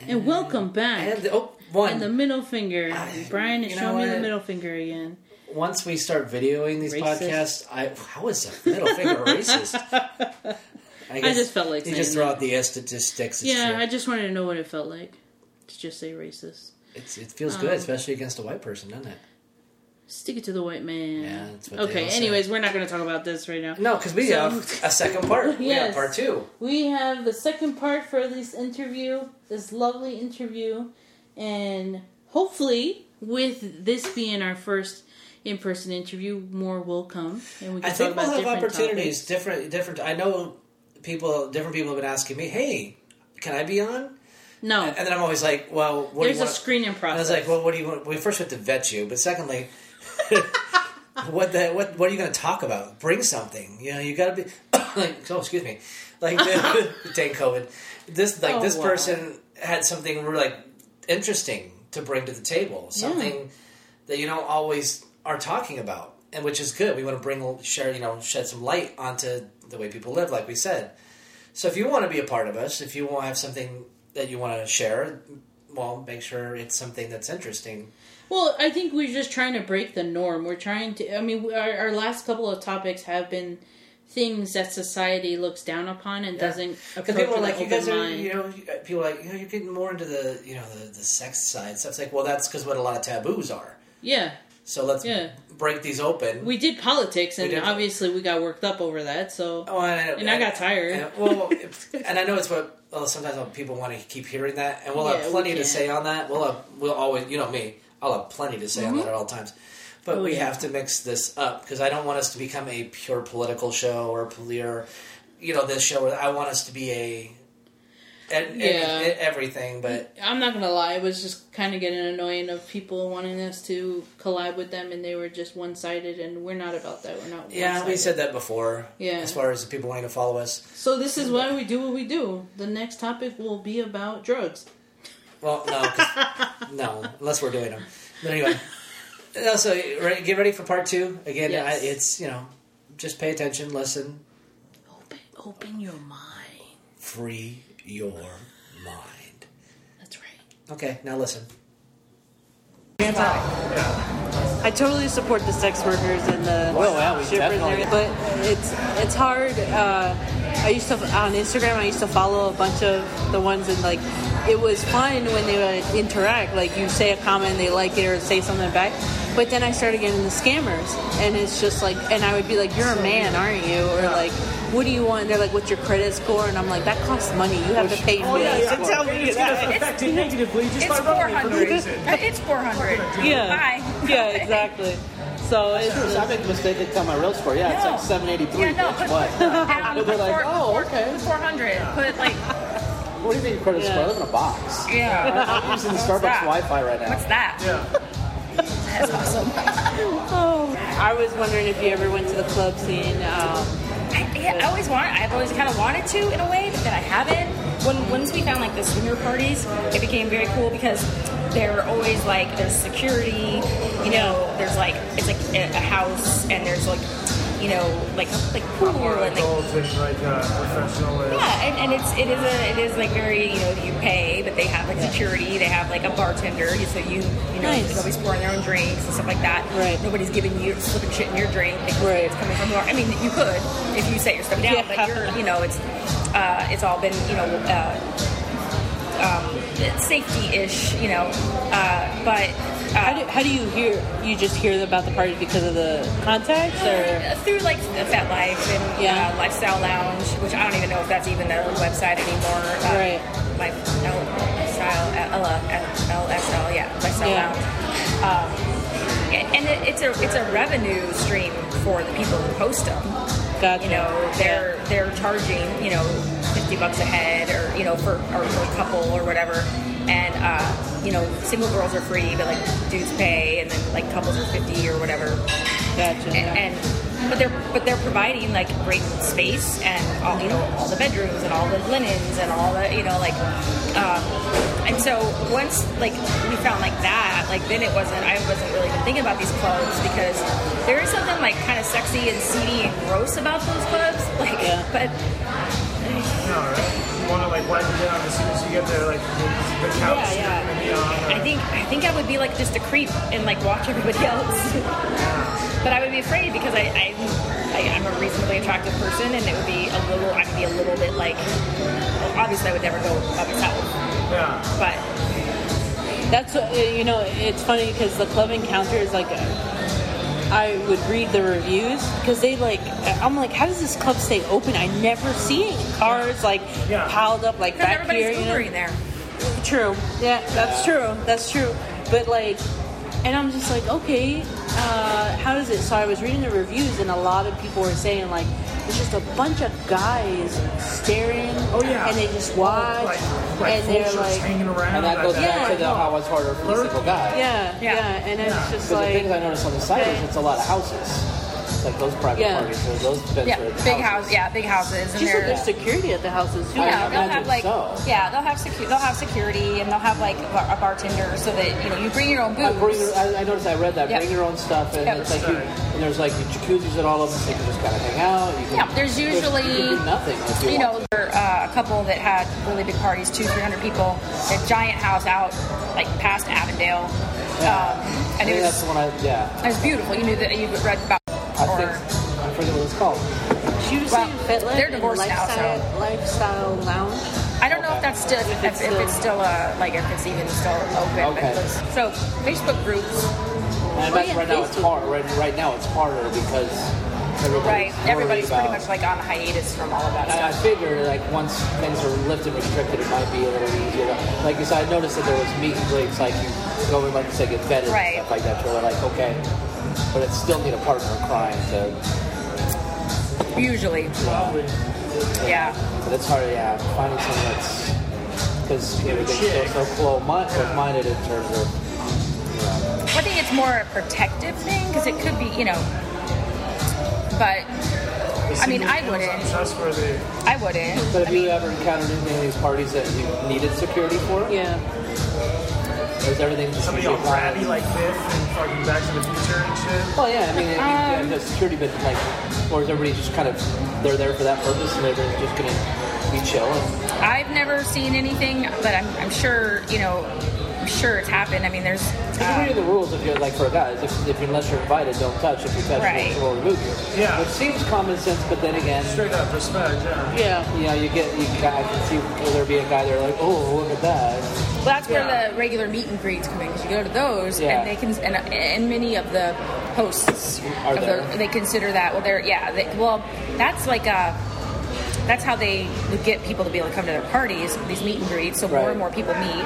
And welcome back. And the, oh, And one. the middle finger. Brian is you know showing me the what? middle finger again. Once we start videoing these Racist. podcasts, I how is a middle finger racist? I, guess just felt like you saying just throw that. out the S statistics. It's yeah, true. I just wanted to know what it felt like to just say racist. it's, it feels Um, good, especially against a white person, doesn't it? Stick it to the white man. Yeah, that's what they okay. all say. Anyways, we're not going to talk about this right now. No, because we So- have a second part. We have Yes. part two. We have the second part for this interview, this lovely interview, and hopefully, with this being our first in-person interview, more will come, and we can I think talk about we'll have different opportunities. topics. Different, different. I know people. Different people have been asking me, "Hey, can I be on?" No, And then I'm always like, "Well, what there's do you a want?" screening And I process. was like, "Well, what do you want?" We first have to vet you, but secondly, what the what what are you going to talk about? Bring something. You know, you got to be like. Oh, excuse me. Like, dang COVID. This like Oh, this wow. person had something really like interesting to bring to the table. Something that you don't always are talking about, and which is good. We want to bring share you know shed some light onto the way people live, like we said. So if you want to be a part of us, if you want to have something that you want to share, well, make sure it's something that's interesting. Well, I think we're just trying to break the norm. We're trying to. I mean, we- our, our last couple of topics have been things that society looks down upon and doesn't Because approach people are with an like, you open guys are, mind. you know, you- people are like, you know, you're getting more into the, you know, the, the sex side stuff. It's like, well, that's because what a lot of taboos are. yeah, So let's Yeah. break these open. we did politics, and did- obviously we got worked up over that. So Oh, and, And I got tired. and- well, and I know it's what well, sometimes people want to keep hearing that, and we'll Yeah, have we plenty to can't. say on that. We'll have, we'll always, you know me, I'll have plenty to say on that at all times. But Mm-hmm. Oh, we yeah. have to mix this up because I don't want us to become a pure political show or pure, you know, this show. Where I want us to be a, and Yeah. Mm-hmm. everything. But I'm not gonna lie, it was just kind of getting annoying of people wanting us to collab with them, and they were just one sided, and we're not about that. We're not. yeah, we one-sided. said that before. Yeah. as far as the people wanting to follow us. So this is why we do what we do. The next topic will be about drugs. Well, no, 'cause- no, unless we're doing them. But anyway, no, so re- get ready for part two. Again, I, Yes. it's you know, just pay attention, listen, Open, open your mind. free your mind. That's right. Okay, now listen. I totally support the sex workers and the Well, yeah, we shippers and definitely- everything, but it's it's hard. Uh, I used to on Instagram. I used to follow a bunch of the ones and like it was fun when they would interact. Like you say a comment, they like it, or say something back. But then I started getting the scammers, and it's just like, and I would be like, "You're a man, aren't you?" Or like, "What do you want?" They're like, "What's your credit score?" And I'm like, "That costs money. You have to pay Oh, me." I'm telling you that. It's affect you negatively just It's by running 400. It's 400. Yeah. Bye. Yeah. Exactly. So it's. Sure, so I make a mistake, they tell my real score. Yeah, No. it's like 783. Yeah, no, bitch, put, what? put down They're like, four- oh, four- okay. Put 400. Put like, What do you mean your credit score? I live in a box. yeah. I'm using the What's Starbucks that? Wi-Fi right now. What's that? I was wondering if you ever went to the club scene. Um, I, yeah, I always want. I've always kind of wanted to in a way, but then I haven't. When once we found like the swinger parties, it became very cool because they're always like there's security. You know, there's like it's like a, a house, and there's like you know like like pool and like like uh, professional uh, is. Yeah, and, and it's it is a it is like very you know you pay, but they have like security, they have like a bartender, so you you know Nice. nobody's pouring their own drinks and stuff like that. Right. Nobody's giving you slipping shit in your drink. Because Right. It's coming from your. I mean, you could if you set your stuff down, Yeah. but you're you know it's uh, it's all been you know. Uh, um, safety-ish, you know, uh, but how, do, how do you hear? You just hear about the party because of the contacts, or Uh, through like the Fat Life and Yeah. uh, Lifestyle Lounge, which I don't even know if that's even a website anymore. Uh, Right. Life Lifestyle L- L- LSL, yeah, Lifestyle Yeah. Lounge. Um, a- and it, it's a it's a revenue stream for the people who host them. Gotcha. You know, they're they're charging you know fifty bucks a head, or you know for or for a couple or whatever. And uh, you know, single girls are free, but like dudes pay, and then like couples are fifty or whatever gotcha. and, and but they're but they're providing like great space and all you know all the bedrooms and all the linens and all the you know like um, and so once like we found like that like then it wasn't I wasn't really even thinking about these clubs because there is something like kind of sexy and seedy and gross about those clubs like Yeah. but want to like wipe it down as soon as you get there. Like the the uh, Yeah, couch yeah. gonna be on. I or- think I think I would be like just a creep and like watch everybody else. but I would be afraid because I, I, I I'm a reasonably attractive person, and it would be a little I'd be a little bit like well, obviously I would never go by myself, yeah. but That's what, you know, it's funny because the club encounter is like, uh, I would read the reviews because they like, I'm like, how does this club stay open? I never see it. Cars like Yeah. piled up like because back here. everybody's You know? Ubering there. True. Yeah, that's true. That's true. But like, and I'm just like, okay, uh, how does it? So I was reading the reviews, and a lot of people were saying like, it's just a bunch of guys staring. Oh, yeah. And they just watch, Like, like and full they're shirts like, hanging around. And that goes like uh, back to the Yeah. how it's harder for the single guy. yeah, yeah, Yeah. and it's just Because the things I like, noticed on the site Okay. is it's a lot of houses. It's like those private Yeah. parties, those, those beds Yeah, are big house. Yeah, big houses. And just like they're, there's security at the houses too. yeah, I they'll have imagine like so. yeah, they'll have secu- they'll have security and they'll have like a bar- a bartender so that you know you bring your own I, booze. bring your, I, I noticed I read that. Yeah. Bring your own stuff, and Yeah. it's like you, and there's like jacuzzis at all of them. So you can just gotta hang out. You can, Yeah, there's usually- you can do nothing. If you, you want know, there were uh, a couple that had really big parties, two, three hundred people, a giant house out like past Avondale, um, to. I and think it was that's the one. I yeah. it was beautiful. You knew that you read about I or think I forget what it's called. She was well, saying FitLife they're and divorced now, so- lifestyle, lifestyle lounge. I don't know if that's still if it's, if it's still uh, like if it's even still open. but Okay. it's- so Facebook groups, And I Oh, imagine yeah, right now it's Facebook. hard. Right, right now it's harder because everybody's right? worried Everybody's pretty about- much like on hiatus from all of that I, I stuff. figure like once things are lifted and restricted, it might be a little easier. To, like you said, I noticed that there was meet and greets, like you go in, like you said, get vetted Right. and stuff like that. So we're like, okay, but it still need a partner in crime to. Usually, yeah. But it's hard, yeah, finding someone that's because everything's so so close minded in terms of. I think it's more a protective thing because it could be you know, but I mean, I wouldn't. Trustworthy. I wouldn't. But I have mean, you ever encountered any of these parties that you needed security for? Yeah, Is everything just Somebody all usually fine? grabby like Biff and fucking Back to the Future and shit. Well, yeah, I mean, it- the security bit, like, or is everybody just kind of, they're there for that purpose and everybody's just going to be chill? And, I've never seen anything, but I'm, I'm sure, you know, I'm sure it's happened. I mean, there's. What Uh, are the rules if you're, like, for a guy? is If, if, unless you're invited, don't touch. If you touch, Right. we'll, we'll remove you. Yeah. Which seems common sense, but then again, Straight up respect, yeah. yeah. you know, you get, you ca- I can see will there be a guy there like, oh, look at that. well, that's Yeah. where the regular meet and greets come in because you go to those, Yeah. and they can, and, and many of the hosts Are of there. The, they consider that. Well, they're yeah. They, well, that's like a. That's how they would get people to be able to come to their parties, these meet and greets. So more Right. and more people meet,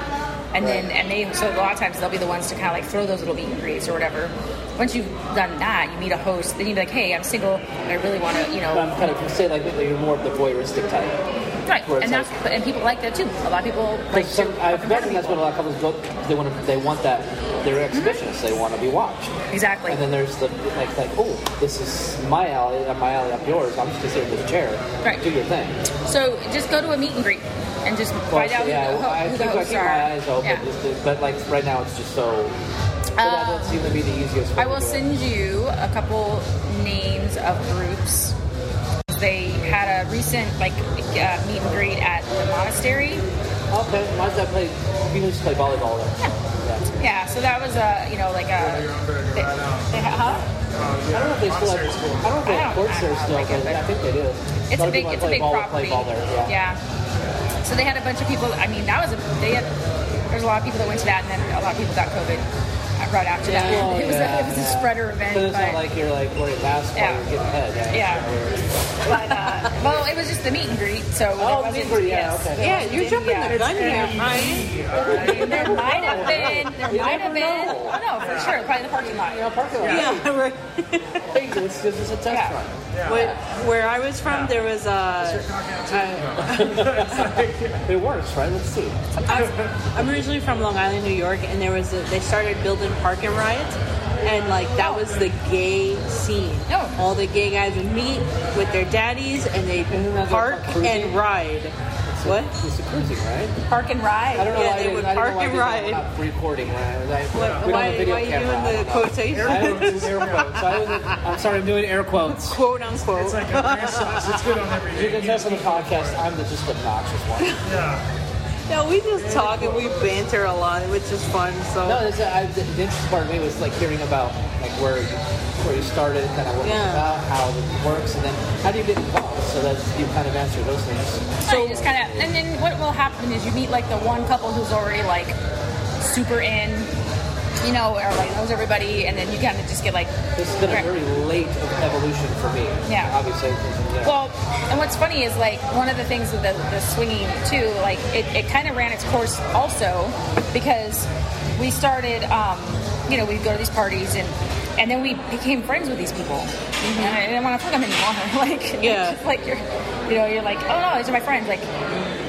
and then Right. and they so a lot of times they'll be the ones to kind of like throw those little meet and greets or whatever. Once you've done that, you meet a host. Then you're like, hey, I'm single, and I really want to, you know, But I'm kind of, say, like, that you're more of the voyeuristic type. Right, Where it's and that's and people like that too. A lot of people like Because some, I imagine that's what a lot of couples go, they want to, they want that, they're exhibitionists, they want to be watched. exactly. And then there's the like like oh this is my alley, not my alley, up yours. I'm just gonna sit in this chair, Right. do your thing. So just go to a meet and greet and just find out yeah, who the, ho- I who the think I hosts keep are. my eyes open, Yeah. Uh, just to, but like right now it's just so. But that doesn't seem to be the easiest. Way I will to do send it. you a couple names of groups. They had a recent like uh, meet and greet at the monastery. Okay, mine's I play. You can just play volleyball. Then. Yeah. Yeah, so that was a you know like You're a. on burger right now. they- huh? Oh, I yeah. don't know if they still Monster is cool. have. I don't know if they I have don't- courts I there don't still, like it, but I but- think they do. It's lot a of big people that it's a play big ball, property. Play ball there. Yeah. Yeah. So they had a bunch of people. I mean, that was a they had. There's a lot of people that went to that, and then a lot of people got COVID uh, right after that. Yeah. it was Yeah, a, it was a yeah. spreader event. So it's but, not like you're like worried last Yeah. yeah. you're getting ahead. Yeah. but uh, well, it was just the meet and greet. So Oh, there meet and wasn't- greet, yeah, yes. okay. Yeah, you're jumping the gun here, Brian. There might have been. There might have been. Oh no, for sure. Probably the parking lot. Yeah, parking lot. Yeah, right. Hey, This this is a test Yeah. run. Where, where I was from, there was a. It works, right? Let's see. I, am originally from Long Island, New York, and there was a. They started building park and rides, and like that was the gay scene. Oh. All the gay guys would meet with their daddies, and they Isn't that like park cruising? and ride. What? It's a cruising, right? Park and ride. I don't know Yeah, why they I would didn't, I didn't park know why and I ride. didn't, I'm not recording when I was. I, What? we don't Why, have a video why are you camera. I doing don't the know. quotation? I don't do air quotes. I wasn't, I'm sorry, I'm doing air quotes. Quote unquote. It's like a rare sauce. It's good on every You day. can tell from the podcast, I'm the just obnoxious one. Yeah. no, we just talk and we banter a lot, which is fun. So No, that's, I, the, the interesting part of me was like hearing about like where you, where you started, kind of what Yeah. it's about, how it works, and then how do you get involved? So that's you kind of answer those things. So you just kind of, and then what will happen is you meet like the one couple who's already like super in, you know, or like knows everybody, and then you kind of just get like, This has been a very late evolution for me. Yeah. Obviously. you know. well. And what's funny is like one of the things with the, the swinging too, like it, it kind of ran its course also because we started, um, you know, we'd go to these parties and. And then we became friends with these people, Mm-hmm. and I didn't want to fuck them anymore. like, Yeah. it's like you're, you know, you're like, oh no, these are my friends. Like,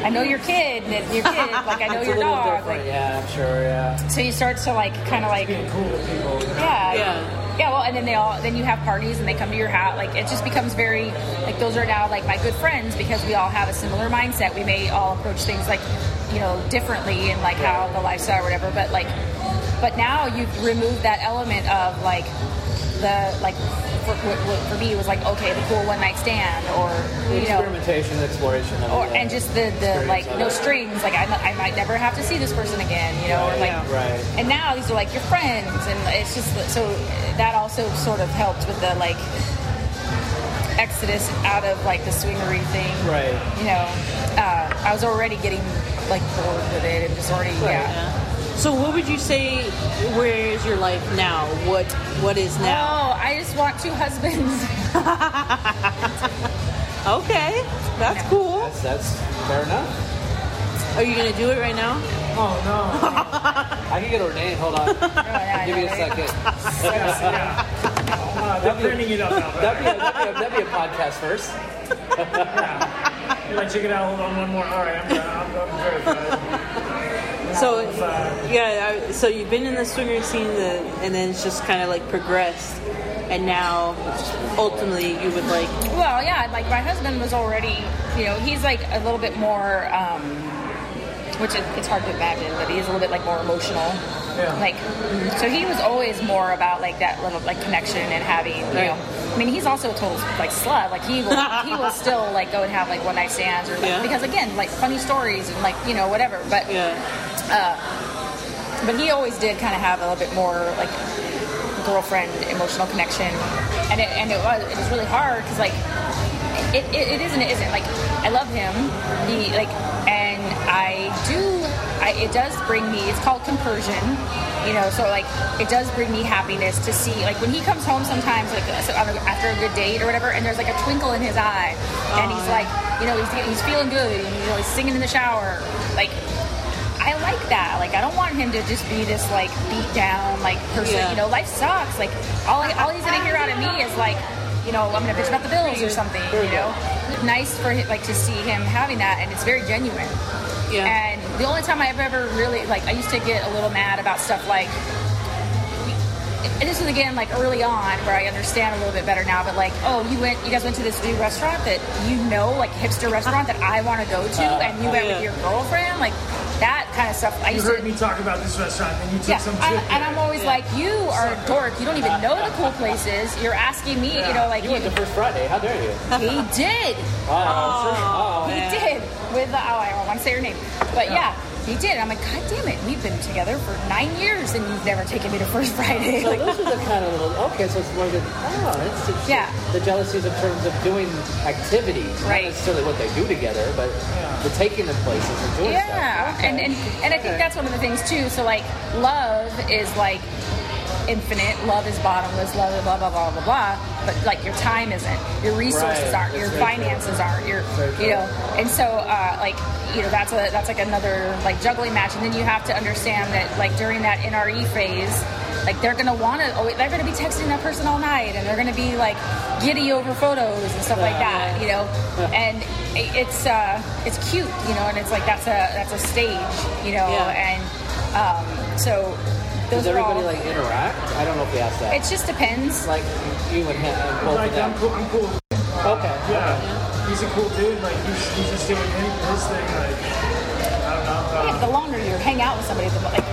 I know your kid, and your kid. Like, I know it's your a little dog. different. Like, yeah, I'm sure. Yeah. So you start to like kind of like yeah Yeah. yeah well and then they all then you have parties and they come to your house like it just becomes very like those are now like my good friends because we all have a similar mindset we may all approach things like you know differently and like how the lifestyle or whatever but like but now you've removed that element of like the like for, for, for me it was like okay the cool one night stand or you know Experimentation, exploration, of or it, and just the the Experience like of no it. strings like I, I might never have to see this person again you know or like Yeah. Right. and now these are like your friends and it's just so that also sort of helped with the like exodus out of like the swingery thing Right. you know uh, i was already getting like bored with it and just already yeah So what would you say? Where is your life now? What What is now? oh i just want two husbands Okay, that's cool. That's, that's fair enough. Are you gonna do it right now? Oh no. I can get ordained. Hold on. Give me a second. Yes, yeah. Uh, they're printing it up now. That'd be a, that'd be a, that'd be a podcast first. You're like, check it out. Hold on, one more. All right, I'm done. I'm, I'm verified. So Verified. yeah, I, so you've been in the swinger scene, the, and then it's just kind of like progressed, and now ultimately you would like Well, yeah, like my husband was already, you know, he's like a little bit more, um, which it, it's hard to imagine, but he is a little bit like more emotional. Yeah. Like, so he was always more about like that little like connection and having, you Right. know. I mean, he's also a total like slut. Like he will, he will still like go and have like one night stands or like, Yeah. because again, like funny stories and like you know whatever. But yeah but he always did kind of have a little bit more like girlfriend emotional connection, and it and it was it was really hard because like it, it, it isn't it isn't like I love him he like and I do I, it does bring me it's called compersion you know so like it does bring me happiness to see like when he comes home sometimes like so- on a- after a good date or whatever and there's like a twinkle in his eye and he's like you know he's, he's feeling good and you know he's singing in the shower like I like that. Like, I don't want him to just be this like beat down like person. Yeah. You know, life sucks. Like, all all he's gonna hear out of me is like, you know, I'm gonna bitch about the bills or something. You know, nice for him, like to see him having that, and it's very genuine. yeah And the only time I've ever really like, I used to get a little mad about stuff like. And this was again like early on where I understand a little bit better now, but like, oh, you went, you guys went to this new restaurant that you know, like hipster restaurant that I want to go to, and you went yeah. with your girlfriend, like that kind of stuff. I Uh, oh, You used heard to me talk about this restaurant, and you took yeah, some Uh, I, trip. and I'm always like, you are a dork. You don't even know the cool places. You're asking me, you know, like You went to you, First Friday. How dare you? he did, Oh. Wow. he Yeah. did with the, oh, I don't want to say her name, but yeah, he did. And I'm like, god damn it, we've been together for nine years and you've never taken me to First Friday. So Like, those are the kind of little okay. So it's more than oh, that's interesting. Yeah. The jealousies in terms of doing activities, Right. not necessarily what they do together, but the taking them places and doing yeah, stuff. and and and I think that's one of the things too. So like, love is like infinite. Love is bottomless. Love is blah blah blah blah blah. But like your time isn't. Your resources Right. aren't. Your That's very true. finances aren't. Your Very true. you know. And so uh, like you know that's a that's like another like juggling match. And then you have to understand that like during that NRE phase. Like they're gonna want to, oh, they're gonna be texting that person all night, and they're gonna be like giddy over photos and stuff like that, you know. And it- it's uh, it's cute, you know, and it's like that's a that's a stage, you know, Yeah. and um, so those Does are all. everybody like interact? I don't know if we asked that. It just depends. like you and him and both Like, of I'm them. cool. I'm cool. Okay. Yeah. he's a cool dude. Like he's, he's just doing him- his thing. Like I don't know. Yeah, Uh, the longer you hang out with somebody, the more, like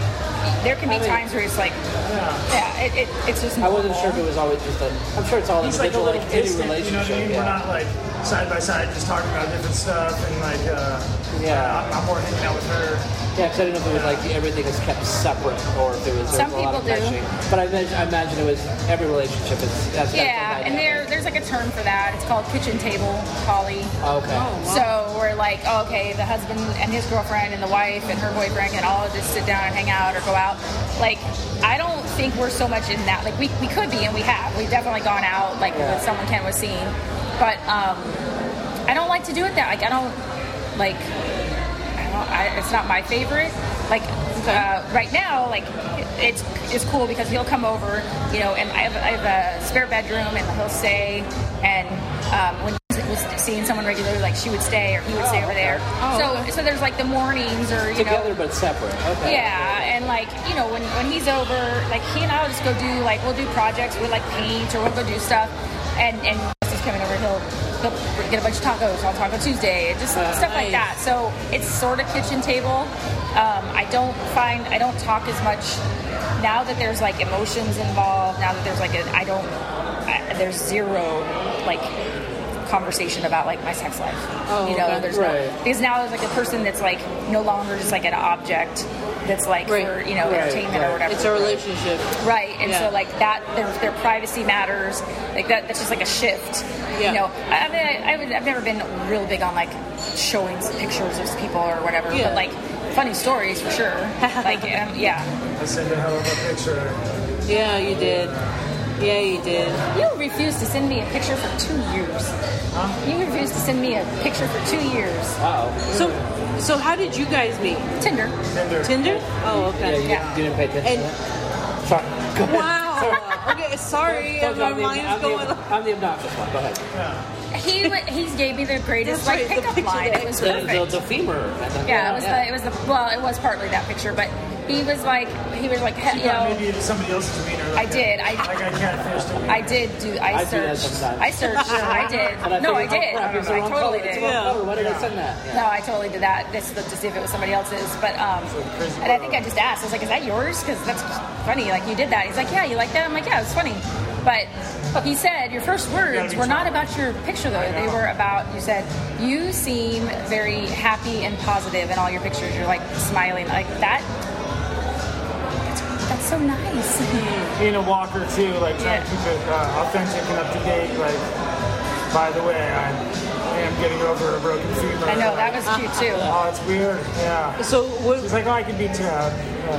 there can be times where it's like, yeah. yeah, it, it, it's just. I wasn't normal. sure if it was always just a. I'm sure it's all He's like a individual, little like, any distant, relationship. you know what I mean? We're not yeah. like side by side, just talking about different stuff and like, uh, Yeah. I'm, I'm more hanging out with her. Yeah, because I didn't know if it was like everything is kept separate or if it was, there Some was a lot of people do. meshing. But I imagine, I imagine it was every relationship is that's Yeah, that's and there there's like a term for that. It's called kitchen table poly. Oh, Okay. So we're like, oh, okay, the husband and his girlfriend and the wife and her boyfriend can all just sit down and hang out or go out. Like, I don't think we're so much in that. Like, we, we could be, and we have. We've definitely gone out, like, Yeah. with someone Ken was seeing. But um, I don't like to do it that. Like, I don't, like, I don't, I, it's not my favorite. Like, uh, right now, like, it's, it's cool because he'll come over, you know, and I have, I have a spare bedroom, and he'll stay, and um, when he was seeing someone regularly, like, she would stay, or he would stay over there. so, so there's, like, the mornings, or, you know. together but separate. Okay. Yeah, and like you know, when when he's over, like he and I'll just go do like we'll do projects, we'll like paint or we'll go do stuff, and and once he's coming over, he'll he'll get a bunch of tacos on Taco Tuesday, and just Uh, stuff nice. like that. So it's sort of kitchen table. Um, I don't find I don't talk as much now that there's like emotions involved. Now that there's like a, I don't I, there's zero like conversation about like my sex life. Oh, you know, okay. there's no- Right. because now there's like a person that's like no longer just like an object that's like Right. for you know Right, entertainment right. or whatever. It's a relationship. right, and Yeah. so like that their, their privacy matters. Like that that's just like a shift. Yeah. You know, I, I mean I, I would, I've never been real big on like showing pictures of people or whatever, Yeah. but like funny stories for sure. like um, yeah, I send her hell of a picture. Yeah, you did. Yeah, you did. you refused to send me a picture for two years. You refused to send me a picture for two years. Wow. So, so how did you guys meet? Tinder. Tinder. Tinder? Oh, Yeah, you, okay. Yeah. you didn't pay attention. And- to that? Sorry. Go ahead. Wow. Okay, sorry. Told you my I'm the- mind's I'm the- going. I'm the obnoxious one. Go ahead. He wa- he gave me the That's greatest like right, the pickup picture line. that It was The, perfect. the, the femur. I think. Yeah, it was the it was the well, it was partly that picture, but he was like he was like he- you Yeah, know maybe it's somebody else's demeanor. Like I did, I- like I catfished her. I did do I, I do that searched sometimes. I searched I And I did no I figured, did Oh, crap, it's the I wrong totally color. It's did the wrong Yeah. color. Why did I Yeah. send that? Yeah. no I totally did that this looked to see if it was somebody else's but um crazy and I think I just asked I was like is that yours because that's funny like you did that he's like yeah you like that I'm like yeah it's funny but he said your first words be were not about your picture though they were about you said you seem very happy and positive in all your pictures you're like smiling like that that's, that's so nice. being a walker too, like trying Yeah. to keep it uh, authentic and up to date. Like, by the way, I am getting over a broken femur. I know that was cute too. Oh, it's weird. Yeah. So, It's what, like, oh, I could be tab.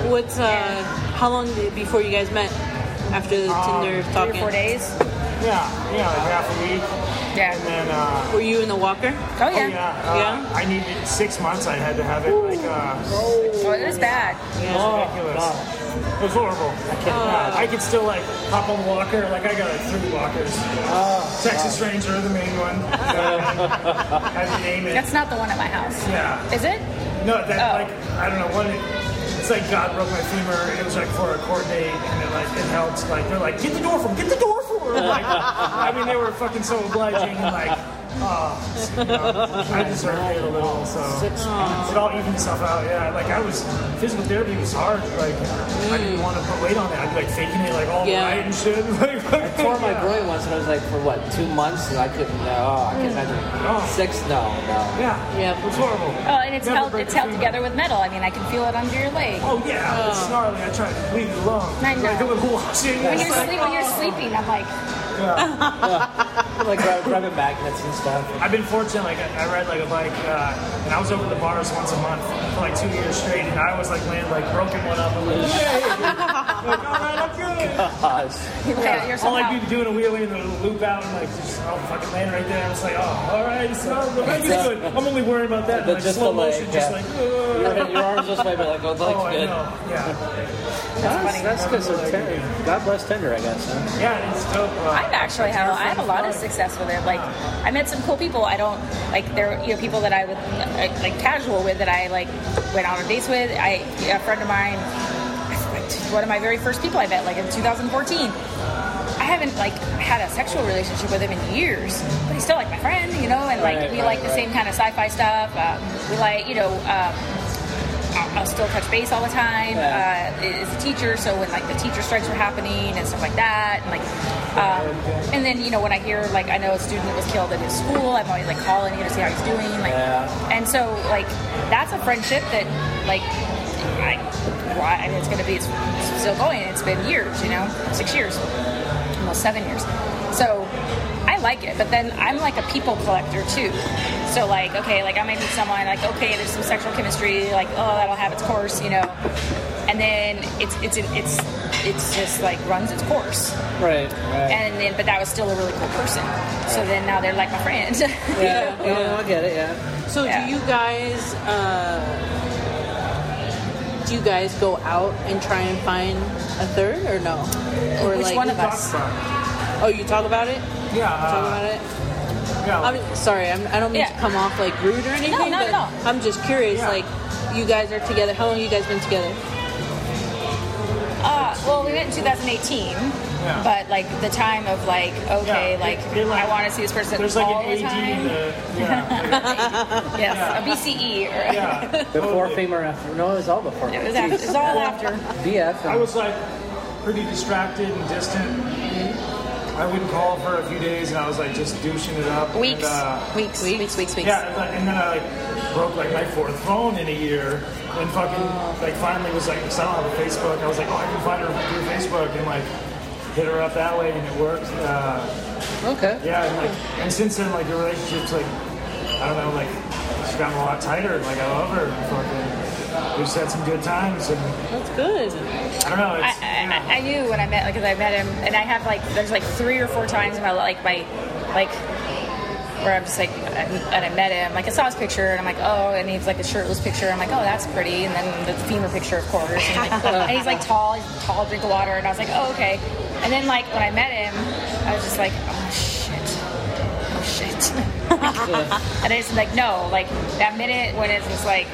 what's uh? Yeah. How long did- before you guys met? After the Tinder Um, Three or talking, four days. Yeah, yeah, like half a week, and Yeah. then. Uh, were you in the walker? Oh yeah. Yeah, uh, Yeah? I needed six months. I had to have it. Like, uh, Well, it was bad. it was ridiculous. It was horrible. I, Oh. yeah, I could still like hop on the walker. Like I got like three walkers. Texas Ranger, the main one. I had to name it. That's not the one at my house. yeah. Is it? No, that Oh. like I don't know what it. It's like God broke my femur. It was like for a court date, and it like it helped. Like they're like, get the door for him, get the door for him. Like, I mean, they were fucking so obliging and like, oh, you know, I deserved it a little. So it all evened itself out. Yeah, like I was physical therapy was hard. Like I didn't Mm. want to put weight on it. I'd be like faking it like all Yeah. right and shit. Like, I tore my groin once, and I was like, for what, two months? And I couldn't. No, I can't imagine. Oh. Six? No, no. Yeah, Yeah. it was horrible. Oh, and it's Never held. break It's the held femur. together with metal. I mean, I can feel it under your leg. Oh yeah, it's gnarly. I tried to leave it alone. I know. Like it was washing. When it's you're like, oh. sleep, when you're sleeping, I'm like, Like grab, grabbing magnets and stuff. I've been fortunate. Like I, I ride like a bike, uh, and I was over the bars once a month for like two years straight, and I was like land like broken one up. I'm like, yay! like, all right, I'm good. Gosh. yeah, you're All somehow. I'd be doing a wheelie and then a loop out, and like just I'll fucking land right there. I was like, oh, all right, so the leg is good. I'm only worried about that. And, But like just slow the leg, motion, just yeah. like. Your, "Ugh." your arms this way, but like, oh, the leg's Oh, I good. know. Yeah, That's, that's good. So Like- Tinder, God bless Tinder, I guess. Huh? yeah, it's dope. Uh, I've actually had I have a lot of success with it. Like I met some cool people. I don't like they're you know people that I would uh, like casual with that I like went out on dates with. I a friend of mine, one of my very first people I met like in 2014. I haven't like had a sexual relationship with him in years, but he's still like my friend, you know. And like Right, we right, like the right. same kind of sci-fi stuff. Uh, we like, you know, um, I'll, I'll still touch base all the time. Yeah. Uh, is a teacher, so when like the teacher strikes were happening and stuff like that, and like, um, and then you know when I hear like I know a student that was killed at his school, I'm always like calling you to see how he's doing, like, Yeah. and so like that's a friendship that like I, why I mean it's gonna be it's, it's still going. It's been years, you know, six years, almost seven years, so. I like it, but then I'm like a people collector too. So like, okay, like I might meet someone, like okay, there's some sexual chemistry, like oh, that'll have its course, you know. And then it's it's it's it's just like runs its course, Right. Right. and then but that was still a really cool person. So then now they're like my friend. yeah. No, no, I get it. Yeah. So Yeah. do you guys uh, do you guys go out and try and find a third or no? Or Which one of us? Yeah, Oh, you talk about it. Talk about uh, it. yeah. I mean, sorry, I'm, I don't mean Yeah. to come off like rude or anything. not but at all. I'm just curious. Yeah. Like, you guys are together. How long you guys been together? Uh, well, we met in 2018, Yeah. but like the time of like okay, Yeah, like, they like- I want to see this person there's like all an AD the time. in the yeah, yes, a BCE or yeah. Before totally. female, after. No, it was all before. it was after, it's all after. BF. and- I was like pretty distracted and distant. I wouldn't call for a few days, and I was like just douching it up. Weeks, And, uh, weeks, weeks, weeks, weeks. yeah, and then- and then I like broke like my fourth phone in a year, and fucking like finally was like, 'cause I don't have a Facebook. I was like, oh, I can find her through Facebook, and like hit her up that way, and it worked. Uh, okay. yeah, and like, and since then, like the relationship's like, I don't know, like it's gotten a lot tighter. Like I love her. Fucking, we've just had some good times, and That's good. I don't know. I, It's, I, I- I knew when I met, like, 'cause I met him, and I have like, there's like three or four times in my like my, like, where I'm just like, and I met him, like I saw his picture, and I'm like, oh, and he's like a shirtless picture, I'm like, oh, that's pretty, and then the femur picture, of course, and, like, and he's like tall, he's tall, drink of water, and I was like, oh, okay, and then like when I met him, I was just like, oh shit, oh shit, and I just like no, like that minute when it's just like.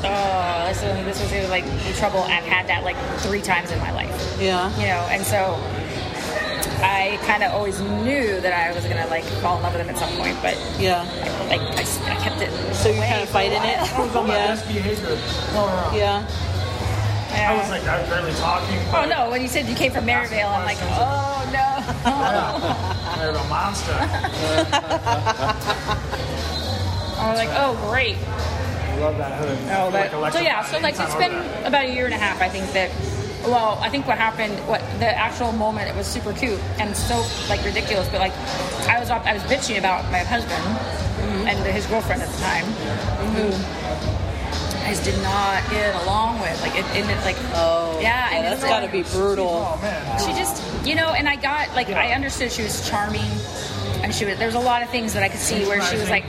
Oh, this was this was like in trouble. I've had that like three times in my life Yeah. you know and so i kind of always knew that i was gonna like fall in love with him at some point but Yeah. like i, s- I kept it So you're kind of away for a fighting while. it. I was on my Yeah. best behavior. No, no, no. Yeah. yeah. I was like, I was barely talking. oh no when you said you came from maryvale i'm like oh no I'm a monster. i'm like oh great I love that hood. no, Like, but, Oh, so yeah so like electrified it's been anytime over about a year and a half i think that well i think what happened what the actual moment it was super cute and so like ridiculous but like i was up i was bitching about my husband Mm-hmm. and his girlfriend at the time who i just did not get along with like it, and it like Oh. Yeah, and that's it's got to like- be that. brutal. Oh man. she just you know and i got like i understood she was charming and she was there's a lot of things that i could see where she was like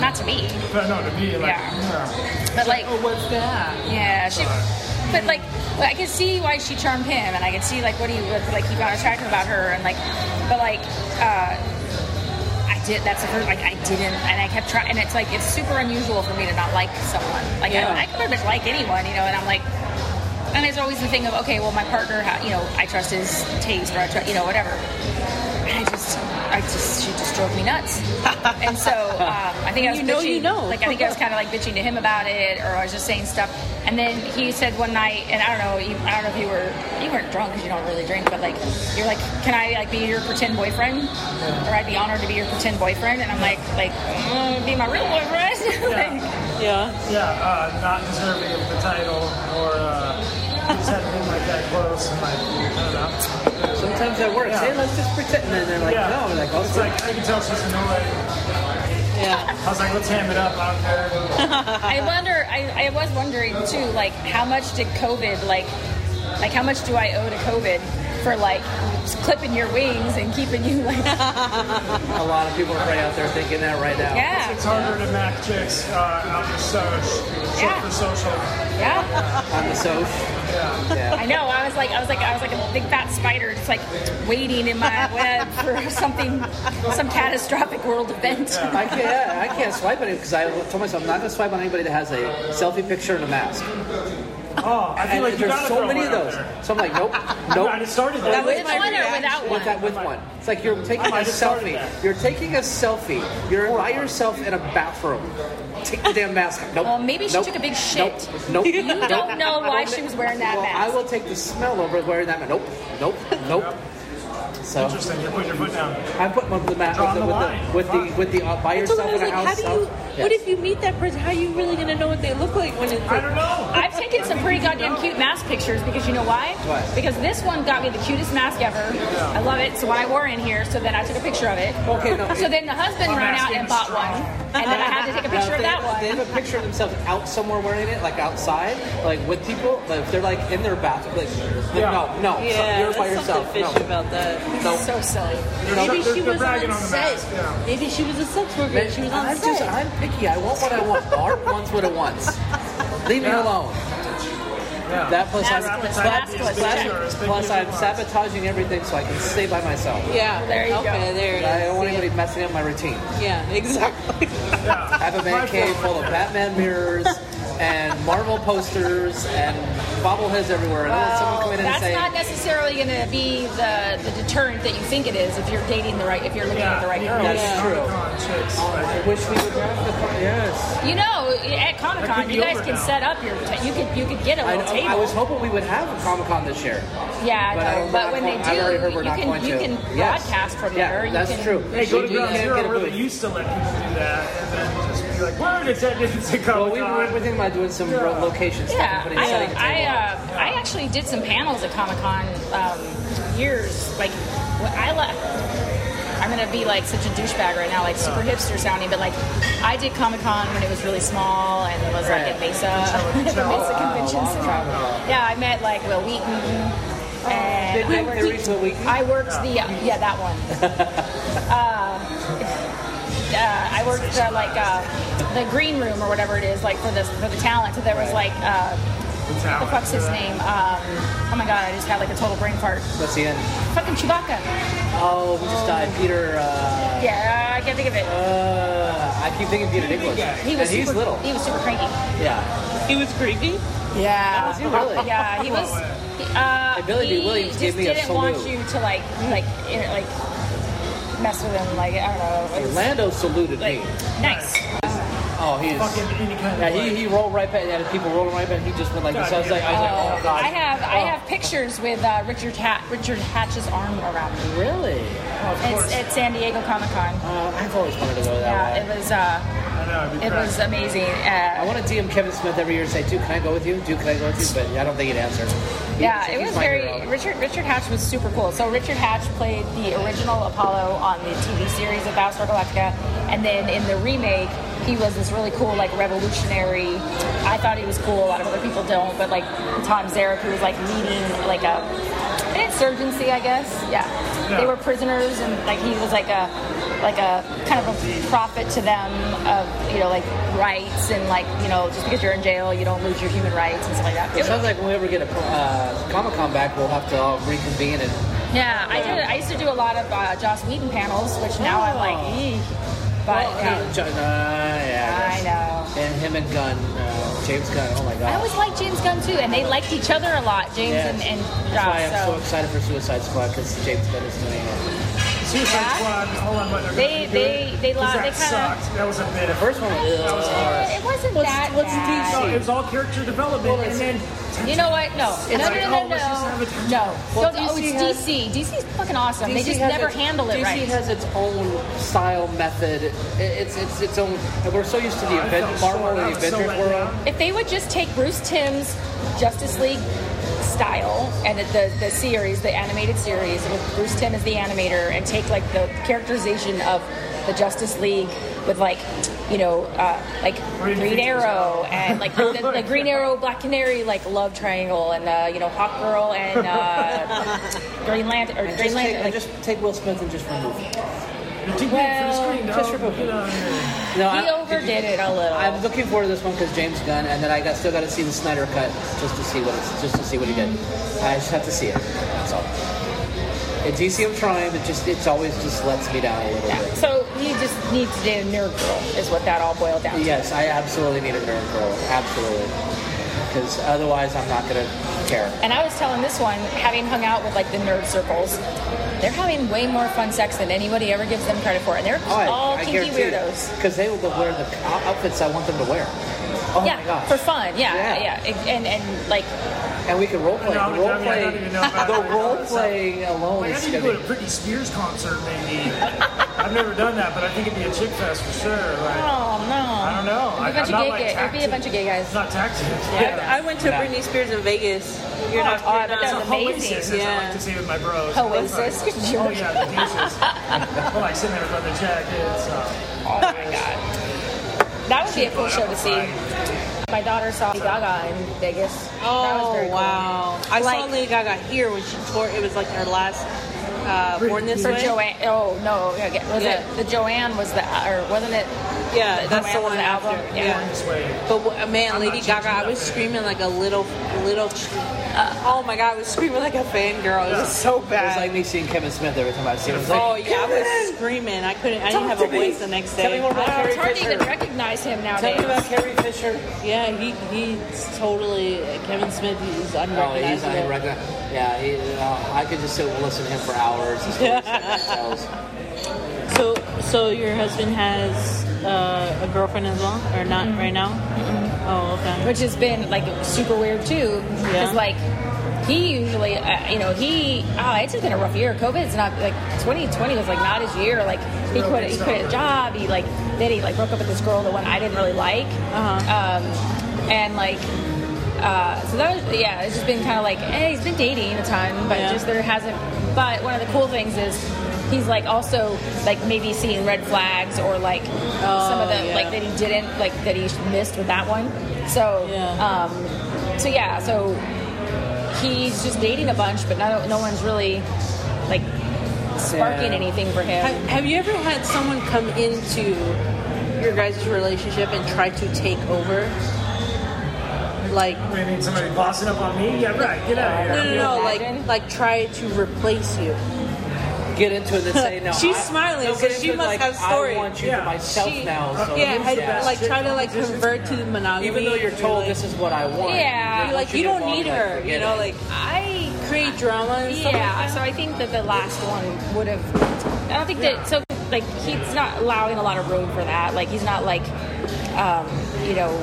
not to me But no, to me, like, Yeah. yeah. but like What's that? yeah, she. But like, I could see why she charmed him, and I could see like what he what, like he found attractive about her, and like, but like, uh, I did. That's the first. Like, I didn't, and I kept trying. And it's like it's super unusual for me to not like someone. Like, Yeah. I, I can pretty much like anyone, you know. And I'm like, and there's always the thing of okay, well, my partner, ha- you know, I trust his taste, or I trust, you know, whatever. And I just, I just, she just drove me nuts. and so um, I think I was You know bitching, you know. Like I think I was kind of like bitching to him about it, or I was just saying stuff. And then he said one night, and I don't know, you, I don't know if you were, you weren't drunk because you don't really drink, but like you're like, can I like be your pretend boyfriend, or I'd be honored to be your pretend boyfriend? And I'm like, like mm, be my real boyfriend. like, Yeah. Yeah, uh, not deserving of the title, or uh, just hadn't been like that close, and like, I don't know. Sometimes that works. Yeah. Hey, let's just pretend. And then they're like, Yeah. no. We're like, oh, it's like I can tell she's annoyed. Yeah. I was like, let's ham it up out there. I wonder. I, I was wondering too, like how much did COVID, like, like how much do I owe to COVID for like clipping your wings and keeping you like, a lot of people are right out there thinking that right now. yeah, It's harder to mac chicks uh, out in the social, Yeah. for social. yeah. On the sofa. Yeah. I know. I was like, I was like, I was like a big fat spider, just like waiting in my web for something, some catastrophic world event. I can't, yeah, I can't swipe on it because I told myself I'm not going to swipe on anybody that has a selfie picture and a mask. Oh, I feel And like you there's gotta so throw many one of out those. there. So I'm like, nope, I nope. might have started That that. was With my one or reaction. without With that, with one. It's like you're taking a might have started selfie. that. You're taking a selfie. You're by yourself in a bathroom. Take the damn mask. off. Nope. Well, maybe she nope. took a big Nope. shit. Nope. You Nope. don't know I why don't she thi- was wearing that well, mask. I will take the smell over wearing that mask. Nope. Nope. Nope. So Interesting. You're putting your foot down. I put one with the mask Draw with the, the with line. the with the with the uh, by So yourself I in was a like, how house. do self. you? What if you meet that person? How are you really gonna know what they look like when it's? I don't know. I've taken some pretty goddamn cute mask pictures because you know why? Why? Because this one got me the cutest mask ever. I love it. So I wore it in here. So then I took a picture of it. Okay, no, So it- then the husband ran out asking and bought strong. one, and then I had to take a picture of Now, if they, that if They one. have a picture of themselves out somewhere wearing it, like outside, like with people. Like if they're like in their bathroom, like Yeah. no, no, Yeah, you're by there's yourself. something No. fishy about that. no. So silly. Maybe they're- she they're was bragging on, on the set. mask, yeah. Maybe she was a sex worker. and she was on I'm set. just, I'm picky. I want what I want. Art wants what it wants. Leave me Yeah. alone. Yeah. That plus I'm, Maskless, that- maskless, plus- check. plus I'm sabotaging everything so I can stay by myself. yeah. There you go. okay, There it is. I don't want anybody messing up my routine. Yeah. Exactly. I have a man cave full of Batman mirrors and Marvel posters and bobbleheads everywhere. And then someone come in and Oh, that's say, not necessarily going to be the, the deterrent that you think it is if you're dating the right, if you're looking at the right girl. That's Yeah. true. true. Oh, I wish we would have the car. Yes. You know, at Comic That Con, could be you guys over can now. set up your. ta- you could you could get a I, little table. I was hoping we would have a Comic Con this year. yeah, but I I know. don't- but when they I've already heard do, we're you not can going you to. can Yes. broadcast from Yeah, there. You that's can- true. Hey, go to We can't Ground get a Zero where booth. they used to let people do that, and then just be like, "Where did that didn't say Well, Comic we were, we're Con?" thinking about doing some Yeah. ro- location stuff Yeah, and putting setting a I, I, table up. uh, I actually did some panels at Comic Con um, years. Like, when I left. I'm gonna be like such a douchebag right now, like super hipster sounding, but like I did Comic Con when it was really small and it was like Right. at Mesa, the Mesa Convention long Center. time ago. Yeah, I met like Will Wheaton. And Did I Nick worked- Fury to Will Wheaton? I worked the yeah that one. uh, uh, I worked the, like uh, the green room or whatever it is, like for the for the talent. So there was like uh, what the fuck's his name? Um, oh my god, I just had like a total brain fart. What's the end? Fucking Chewbacca. Oh, we just died. Peter. Uh, Yeah, I can't think of it. uh, I keep thinking Peter Dinklage. He was and he's super, little. He was super cranky. Yeah. he was creepy. Yeah. Was he really? Yeah, he was. he- Uh, And Billy D. he Williams just gave me a didn't want salute. you to like like in, like mess with him. Like I don't know. It was, Orlando saluted like me. nice. Oh, he is. Fucking any kind Yeah, of way. he, he rolled right past. Yeah, people rolled right past. He just went like this. I was like, I was like, oh god. I have I have pictures with uh, Richard Hat Richard Hatch's arm around me. Really? It's at San Diego Comic Con. Uh, I've always wanted to go that Yeah, way. it was uh, I know. It'd be it crazy. was amazing. I Uh, want to DM Kevin Smith every year and say, "Dude, can I go with you? Dude, can I go with you?" But I don't think he'd answer. He- yeah, he's it was my very hero. Richard Richard Hatch was super cool. So Richard Hatch played the original Apollo on the TV series of Battlestar Galactica, and then in the remake. He was this really cool, like revolutionary. I thought he was cool. A lot of other people don't, but like Tom Zarek, who was like leading like a an insurgency, I guess. Yeah, Yeah. they were prisoners, and like he was like a like a kind of a prophet to them of you know like rights and like you know just because you're in jail, you don't lose your human rights and stuff like that. It sounds like when we ever get a uh, Comic Con back, we'll have to all reconvene and Yeah, I did. I used to do a lot of uh, Joss Whedon panels, which now I'm like, eek. but Uh, John- uh, yeah, Oh, I guess. know. And him and Gunn, uh, James Gunn. Oh my god. I always liked James Gunn too, and they liked each other a lot, James Yes. and, and That's why I'm so, Joss. So excited for Suicide Squad because James Gunn is doing it. Suicide Yeah. Squad. Hold on, but they're They- gonna do they- it. they 'Cause lied- That they kinda- sucked. That was a bit. The first one was. That was hard. it wasn't What's- that what's the bad. No, it was all character development, and then You know what? No, no, like, no, no, oh, let's just have no, it- no. No, Well, no, DC it's has- DC. DC's fucking awesome. they DC just has never its- handle it DC right. has its own style method. It- It's it's its own. and We're so used to the I event, felt Marvel sore. and I the was so Avengers let world. down. if they would just take Bruce Timm's Justice League style and the the series, the animated series with Bruce Timm as the animator, and take like the characterization of the Justice League with like you know uh, like Green Green Phoenix. Arrow and like the, the, the Green Arrow, Black Canary like love triangle, and uh, you know Hawk Girl and uh, Green Lantern or And Green just, take, Lantern. and Like, just take Will Smith and just remove him. You're too big Well, for the screen. No, just remove Get it. out of here. No, he overdid it a little. I'm looking forward to this one because James Gunn, and then I got still got to see the Snyder cut just to see what it's just to see what he did. I just have to see it. That's all. At DC, I'm trying, but just it's always just lets me down a little Yeah. bit. So you just need to date a nerd girl, is what that all boiled down to. Yes, I absolutely need a nerd girl. Absolutely. because otherwise I'm not gonna care. And I was telling this one, having hung out with like the nerd circles, they're having way more fun sex than anybody ever gives them credit for, and Oh, they're all kinky weirdos. Because they will wear the outfits I want them to wear. Oh yeah, my gosh. for fun. Yeah, Yeah. yeah, It- And and like And we can role play. No, The I role don't even- I don't playing, even know about the it. role playing alone Like, I is need to go gonna to a be. Britney Spears concert, maybe. I've never done that, but I think it'd be a chick fest for sure. Like, oh no, I don't know. It'd be a bunch I- I'm of not, gay, like, gay- it'd be a taxi- bunch of gay guys. it's not taxes. I, I went to No. Britney Spears in Vegas. You're not. oh, I you're not- bet that was Oasis, amazing. as I Yeah. like to say with my bros. Oasis, That's right. you're Oh yeah, the Oasis. well, like sitting there with the jackets. Uh, Oh my god, that would be a cool show to see. My daughter saw Lady Gaga in Vegas. that was Oh very cool. wow! I saw Like- Lady Gaga here when she toured. It was like her last uh, Born This For Way. Joanne, oh no, yeah, was Yeah. it the Joanne was the or wasn't it? Yeah, that's the Joanne was one the after. album? Yeah. Yeah. this way. But w- man, I'm Lady not Gaga, changing I was that, baby. screaming like a little, little. Uh, oh my god, I was screaming like a fangirl. It was so It was bad. like me seeing Kevin Smith every time I see him. It was like, oh yeah, I was screaming. I couldn't. I didn't have a voice the next day. Tell me more about I know, Carrie Oh, it's hard to even Fisher. recognize him Tell nowadays. me about Carrie Fisher. Yeah, he he's totally Kevin Smith. He's Oh, he's unrecognizable. not even recognized. Yeah, he, uh, I could just sit and listen to him for hours. and stories that he tells. So, so your husband has uh, a girlfriend as well, or not right now? Oh, okay. which has been like super weird too. Yeah. Because like he usually, uh, you know, he oh, it's just been a rough year. COVID's not like 2020 was like not his year. Like he No, quit, it's he not quit good. his job. He like then he like broke up with this girl, the one I didn't really like. Uh-huh. Um, and like. Uh, so that was yeah. It's just been kind of like, hey, he's been dating a ton, but Yeah. just there hasn't. But one of the cool things is he's like also like maybe seeing red flags or like some of the yeah. like that he didn't like that he missed with that one. So Yeah. um, so yeah, so he's just dating a bunch, but no, no one's really like sparking Yeah. anything for Have, him. have you ever had someone come into your guys' relationship and try to take over? Like, I mean, somebody bossing up on me. Yeah, right. Get out of no, here. no, no, like, imagine? like try to replace you. Get into it and say no. She's I- smiling, no, so get into she it must like, have story. I want you Yeah. for myself She- now. So yeah, had- yeah. like try to like convert to monogamy. even though you're and told like- this is what I want. Yeah. then you're like once you get don't involved, need you're her, you forget know, it. like I create drama and stuff. yeah, so I think that the last one would have. I don't think that so like he's not allowing a lot of room for that. Like he's not like um, you know.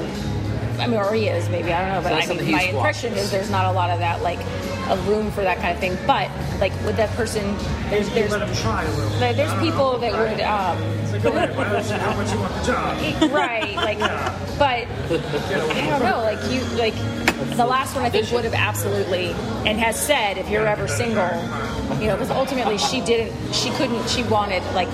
I mean, or he is maybe I don't know, So but that's I mean, something my he's impression blocked. is there's not a lot of that like a room for that kind of thing. But like with that person, there's You there's let him try a little. Like, there's I don't people know. that would, um, It's like, go ahead. Why don't you, how much you want the job? right, like, but I don't know, like you, like the last one I think would have absolutely and has said if you're ever single, you know, because ultimately she didn't, she couldn't, she wanted like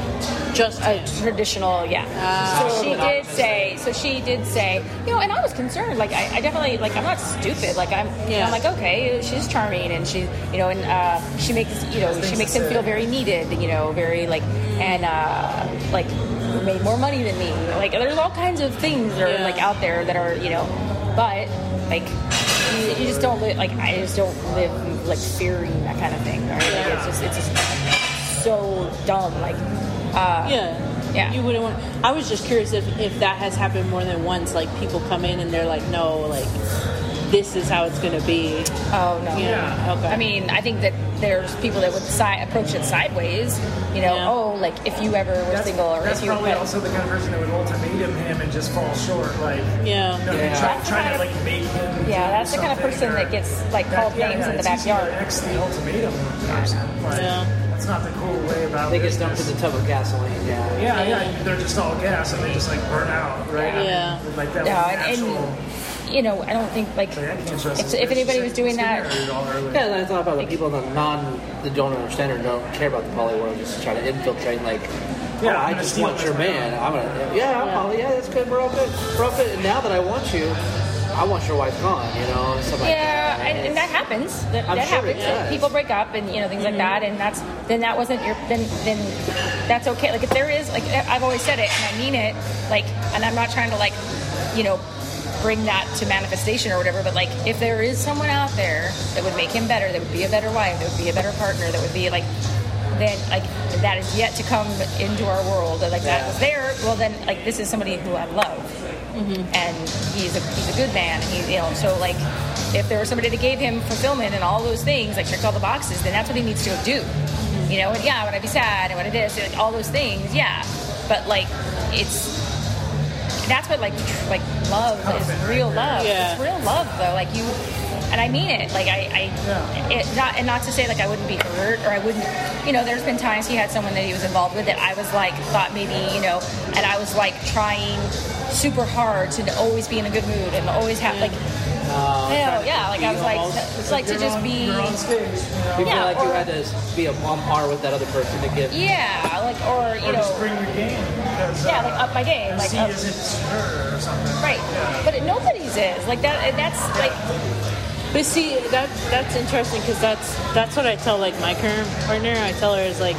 just a traditional, yeah. so she did say, so she did say, you know, and I was concerned, like I, I definitely, like I'm not stupid, like I'm, Yeah. I'm like okay, she's charming and she, you know, and uh, she makes, you know, she makes him feel very needed, you know, very like and uh, like who made more money than me, like there's all kinds of things that are Yeah. like out there that are you know but like you, you just don't live like i just don't live like fearing that kind of thing right like, it's just it's just so dumb like Yeah. Yeah. You wouldn't want. I was just curious if, if that has happened more than once. Like people come in and they're like, no, like this is how it's gonna be. oh no Yeah. Okay. i mean i think that there's people that would si- approach it sideways you know Yeah. oh like if you ever were That's, single or if that's you were probably also the kind of person that would ultimatum him and just fall short. Like, you Yeah. know, Yeah. try, That's the kind trying to of- like make him. yeah do that's the kind of something person or- that gets like called yeah, names yeah, in the it's easy to backyard X the ultimatum or something. Like, Yeah. That's not the cool way about They it. get dumped in the tub of gasoline. Yeah. Yeah, yeah, they're just all gas and they just like burn out, right? Yeah. Like that Yeah, was and- and- natural. you know i don't think like Like, that's interesting. if, if anybody was doing It's that married all early. Yeah, and I thought about the people that non that don't understand or don't care about the poly world, just trying to infiltrate. Like, Yeah, yeah, I'm I gonna just steal want your this man. I'm gonna, yeah, I'm poly. Yeah, that's good. We're all good. We're all good. And now that I want you, I want your wife gone. You know, and stuff like Yeah, that. and, and that happens. That, I'm that sure it happens. Like, does. Mm-hmm. People break up, and you know things like that. And that's then that wasn't your then then that's okay. Like if there is like I- I've always said it, and I mean it. Like, and I'm not trying to like you know bring that to manifestation or whatever. But like if there is someone out there that would make him better, that would be a better wife, that would be a better partner, that would be like then like that is yet to come into our world. Like that was there. Well, then like this is somebody who I love. and he's a he's a good man. And he, you know, so like if there was somebody that gave him fulfillment and all those things, like checked all the boxes, then that's what he needs to do. You know, and yeah, would I be sad and what it is, like all those things, yeah. But like it's that's what like tr- like love is real love. Yeah. It's real love though. Like you and I mean it. Like I, I it, not and not to say like I wouldn't be hurt or I wouldn't you know, there's been times he had someone that he was involved with that I was like thought maybe, you know, and I was like trying super hard to always be in a good mood and always have like Oh, hell yeah, like I was like almost- it's like to You're just on- be You're on stage. You know? You Yeah, feel like you or- had to be on par with that other person to give. yeah, like or you Or know just bring your game. Because, yeah, uh, like up my game, like she up, isn't her or something. right. But it, nobody's is like that. That's like But see, that that's interesting because that's that's what I tell like my current partner. I tell her is like,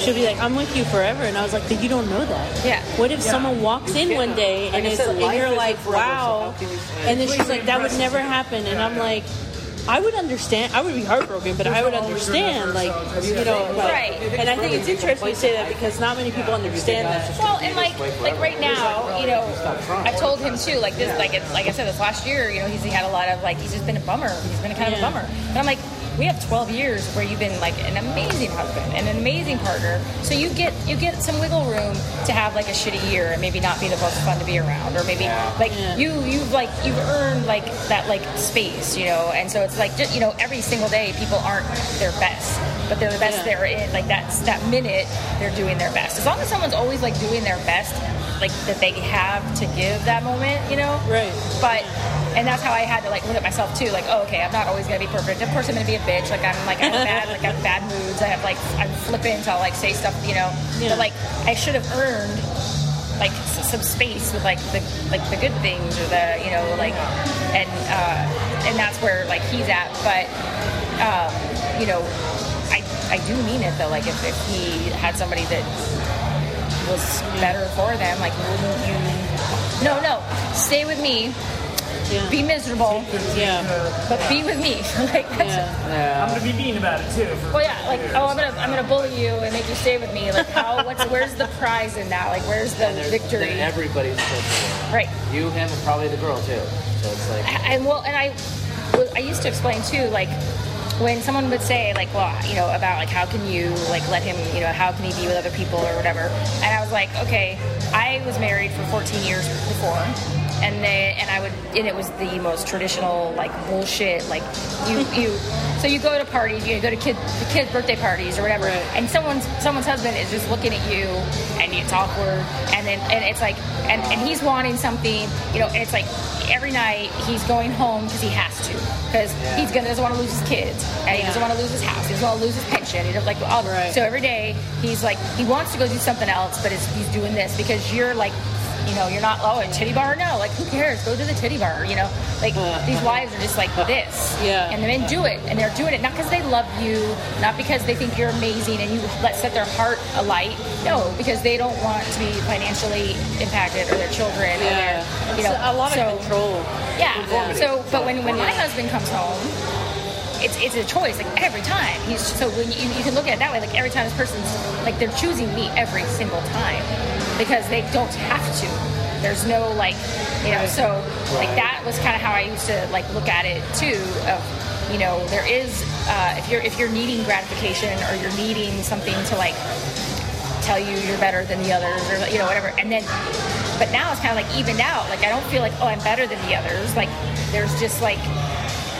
she'll be like, "I'm with you forever," and I was like, "But you don't know that." Yeah. What if someone walks in one day Like and I it's said, and life you're isn't like, forever, so how "Wow," can you- and then she's like, "That would never happen," and I'm like. I would understand. I would be heartbroken, but I There's would no always good understand. numbers, Like so just- you know, like, Right. And I think it's interesting to say that because not many people understand that. well, and like like right now, you know, I told him too. Like this, like it's like I said, this last year, you know, he's he had a lot of like he's just been a bummer. He's been kind of a Yeah. bummer. And I'm like, we have 12 years where you've been like an amazing husband and an amazing partner. So you get you get some wiggle room to have like a shitty year and maybe not be the most fun to be around, or maybe like Yeah. you you've like you've earned like that like space, you know. And so it's like just, you know every single day people aren't their best, but they're the best Yeah. they're in. Like that's that minute they're doing their best. As long as someone's always like doing their best, like that they have to give that moment, you know. Right. But and that's how I had to like look at myself too. Like, oh, okay, I'm not always gonna be perfect. Of course, I'm gonna be a bitch. Like, I'm like I'm bad. Like, I have bad moods. I have like I'm flippant. I'll like say stuff, you know. Yeah. But like, I should have earned like s- some space with like the like the good things or the you know like and uh, and that's where like he's at. But um, you know, I I do mean it though. Like, if, if he had somebody that was better for them, like, wouldn't you? No, no, stay with me. Yeah. Be miserable. yeah. But be with me. like that's Yeah. I'm gonna be mean about it too. For well yeah, like oh I'm gonna I'm gonna bully you and make you stay with me. Like how what's where's the prize in that? Like where's the There's- victory? Then everybody's miserable. right. You, him, and probably the girl too. So it's like And well and I well, I used to explain too, like when someone would say like well you know about like how can you like let him you know how can he be with other people or whatever and i was like okay i was married for 14 years before and they and i would and it was the most traditional like bullshit like you you so you go to parties you go to kid the kids birthday parties or whatever Right. and someone's someone's husband is just looking at you and it's awkward and then and it's like and, and he's wanting something you know and it's like every night he's going home because he has to because he's gonna doesn't want to lose his kids and he doesn't Yeah. want to lose his house he doesn't want to lose his pension he doesn't like all Right. so every day he's like he wants to go do something else but it's, he's doing this because you're like you know you're not oh a titty bar no like who cares go to the titty bar you know like Uh, these wives are just like this Yeah. and the men do it, and they're doing it not because they love you, not because they think you're amazing and you let set their heart alight. No, because they don't want to be financially impacted or their children. or their- you know, It's a lot so- of control. Yeah. So, but when, when my husband comes home, it's, it's a choice. Like every time, he's so when you, you can look at it that way. Like every time this person's like they're choosing me every single time because they don't have to. There's no like you know. So like that was kind of how I used to like look at it too. Of you know, there is uh, if you're if you're needing gratification or you're needing something to like tell you you're better than the others or you know whatever and then but now it's kind of like evened out like i don't feel like oh i'm better than the others like there's just like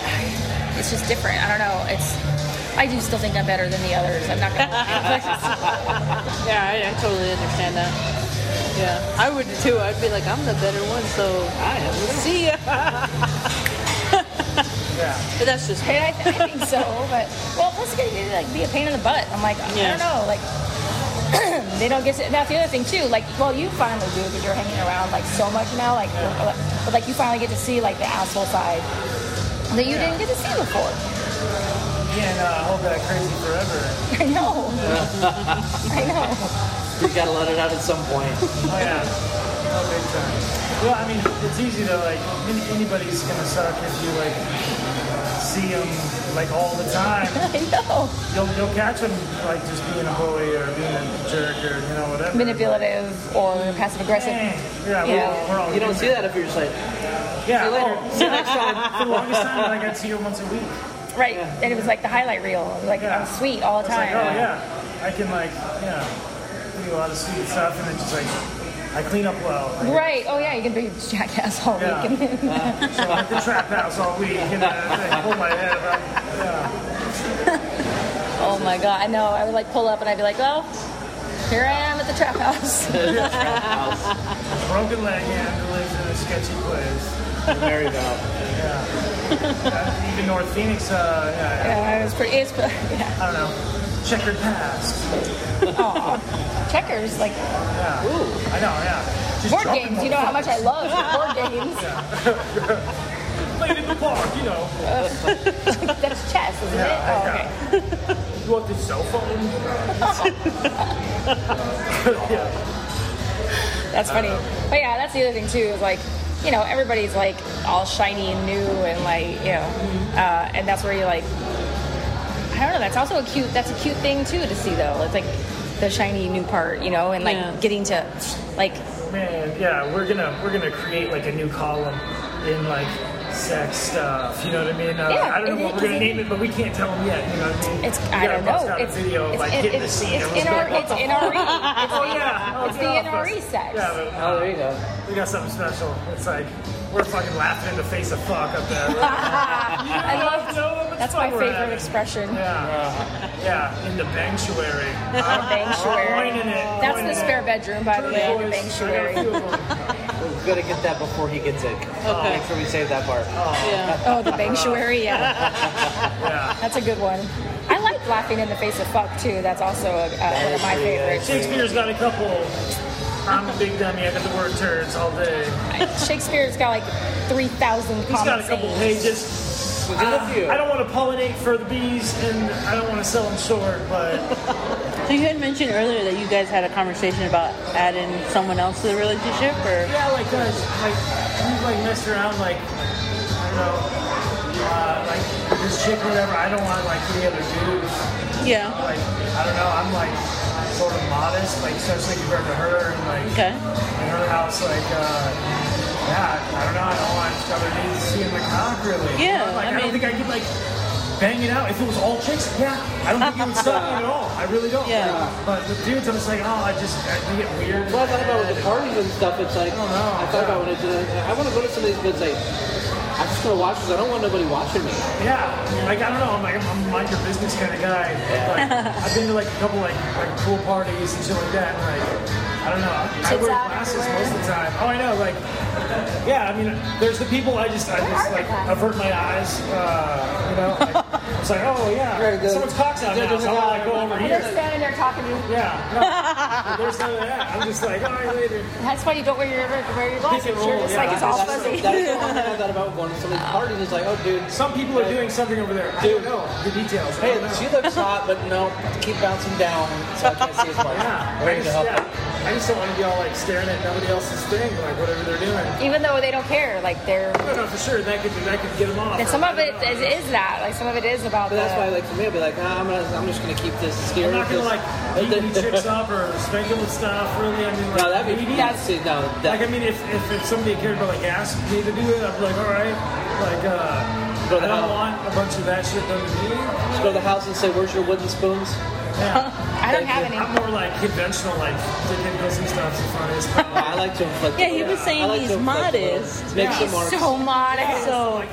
it's just different i don't know it's i do still think i'm better than the others i'm not gonna Yeah, I, I totally understand that. Yeah, I would too. I'd be like, I'm the better one, so I am. See ya. But that's just I, mean, I, I think so but well plus it's gonna like be a pain in the butt i'm like i Yeah. don't know like they don't get to, that's the other thing too like well you finally do because you're hanging around like so much now like but like you finally get to see like the asshole side that you didn't get to see before me and uh, hold that crazy forever. I know. I know. you gotta let it out at some point. Oh yeah, oh big time. Well, I mean, it's easy to like. an- Anybody's gonna suck if you like see see them like all the time. I know. You'll, you'll catch them like just being a bully or being a jerk or you know whatever. Manipulative or passive aggressive. Eh, Yeah, we're, Yeah. all- we're all You don't see human. that if you're just like, Yeah, see you later. oh, see you next time. For the longest time, like I'd see her once a week. Right. And it was like the highlight reel. It was like Yeah. I'm sweet all the It's like, time. oh yeah, I can like yeah, do a lot of sweet stuff, and then just like I clean up well. Like, Right. Oh yeah, you can be a jackass all Yeah. week. And then, So I'm at the trap house all week, and uh, I hold my head up. Yeah. oh my god, I know. I would like pull up and I'd be like, well, here I am at the trap house. Broken leg and lives in a sketchy place. there you go. Uh, Even North Phoenix, uh, yeah, yeah, it was pretty. It's yeah. I don't know. Checkered past. checkers like Yeah. I know, yeah. Just board jumping games. You know how much I love board games. Played in the park, you know. That's chess, isn't Yeah, it? Oh, okay. yeah. You want this cell phone? yeah. That's funny. But yeah, that's the other thing too. Is like, you know, everybody's like all shiny and new and like, you know, uh, and that's where you like. I don't know. That's also a cute. That's a cute thing too to see though. It's like the shiny new part, you know, and like Yeah. getting to, like, Man, yeah, we're gonna we're gonna create like a new column in like sex stuff. You know what I mean? Uh, Yeah, I don't know it- what we're gonna it- name it, but we can't tell them yet. You know what I mean? it's. We I gotta don't bust know. Out It's a video of, like it- hitting the it's, scene. it's Everyone's gonna be NRE. like, It's what the NRE. fuck? Oh yeah, It's the NRE sex. Yeah, but, uh, Oh, there you go. we got something special. It's like we're fucking laughing in the face of fuck up there. I love. That's my favorite expression. Yeah, yeah, in the sanctuary. Sanctuary. Coining it. That's the spare bedroom, by the way. The sanctuary. We're gonna get that before he gets it. Okay. Make sure we save that part. Yeah. Oh, the sanctuary. Yeah. Yeah. That's a good one. I like laughing in the face of fuck too. That's also a, uh, one of my pretty favorites. Shakespeare's got a couple. I'm a big dummy. I got the word turds all day. Shakespeare's got like three thousand He's got a common couple sayings. pages. Well, good Uh, of you. I don't want to pollinate for the bees, and I don't want to sell them short, but So you had mentioned earlier that you guys had a conversation about adding someone else to the relationship, or yeah, like guys, like we've like messed around, like I don't know. Uh, like this chick, or whatever. I don't want like three other dudes. yeah, Like I don't know. I'm like sort of modest, like especially compared to her, and like okay, in her house, like, uh, yeah, I don't know, I don't want other dudes seeing my cock really. Yeah, like, I I, mean- don't think I could, like, bang it out. If it was all chicks, yeah, I don't think it would stop me at all. I really don't. Yeah. But with dudes, I'm just like, oh, I just, I think it weird. Well, I thought about with the parties and stuff. It's like I, don't know. thought about when I did. it, uh, I want to go to some of these, but it's like I'm just gonna watch this. I don't want nobody watching me. Yeah, like I don't know. I'm like I'm a mind your business kind of guy. Like, I've been to like a couple like like pool parties and shit like that. And, like I don't know. I Tits wear out glasses everywhere. most of the time. Oh, I know. Like yeah, I mean, there's the people I just I just like avert my eyes. Uh, you know, like, it's like oh Very yeah, good. someone's cock's out now, so I'm gonna like, go over They're here. standing there talking to you. Yeah, no, there's none of that. I'm just like all right later. That's why you don't wear your wear your glasses. Pick and You're roll, just yeah. like it's all That's, fuzzy. that's the one thing I thought about going to some of these parties. It's like, oh, dude. Some people are doing something over there. I don't know the details. I Hey, don't know. she looks hot, but no, keep bouncing down, so I can't see as much. Yeah, Where I you just, help? yeah, I just don't want to be all like staring at nobody else's thing, like whatever they're doing. Even though they don't care, like they're. No, no, for sure that could that could get them off. And some of it I don't is, know. is that. Like some of it is about But that's why, the. like for me, I'd be like, nah, I'm gonna, I'm just gonna keep this here. I'm not gonna this- like beat any chicks up or spank them with stuff. Really, I mean, like, no, Oh, that'd be maybe. that's see, no, Like, I that, mean, if, if, if somebody cared about like asking me to do it, I'd be like, all right, like, uh, But, I don't uh, want a bunch of that shit done to me. just go to the house and say, where's your wooden spoons? Yeah, I don't have any. I'm more like conventional, like dick and pussy stuff's the funniest. No, I like to inflict. yeah. He was I saying like he's to inflict a little- modest. Make Yeah. some marks. So modest. So,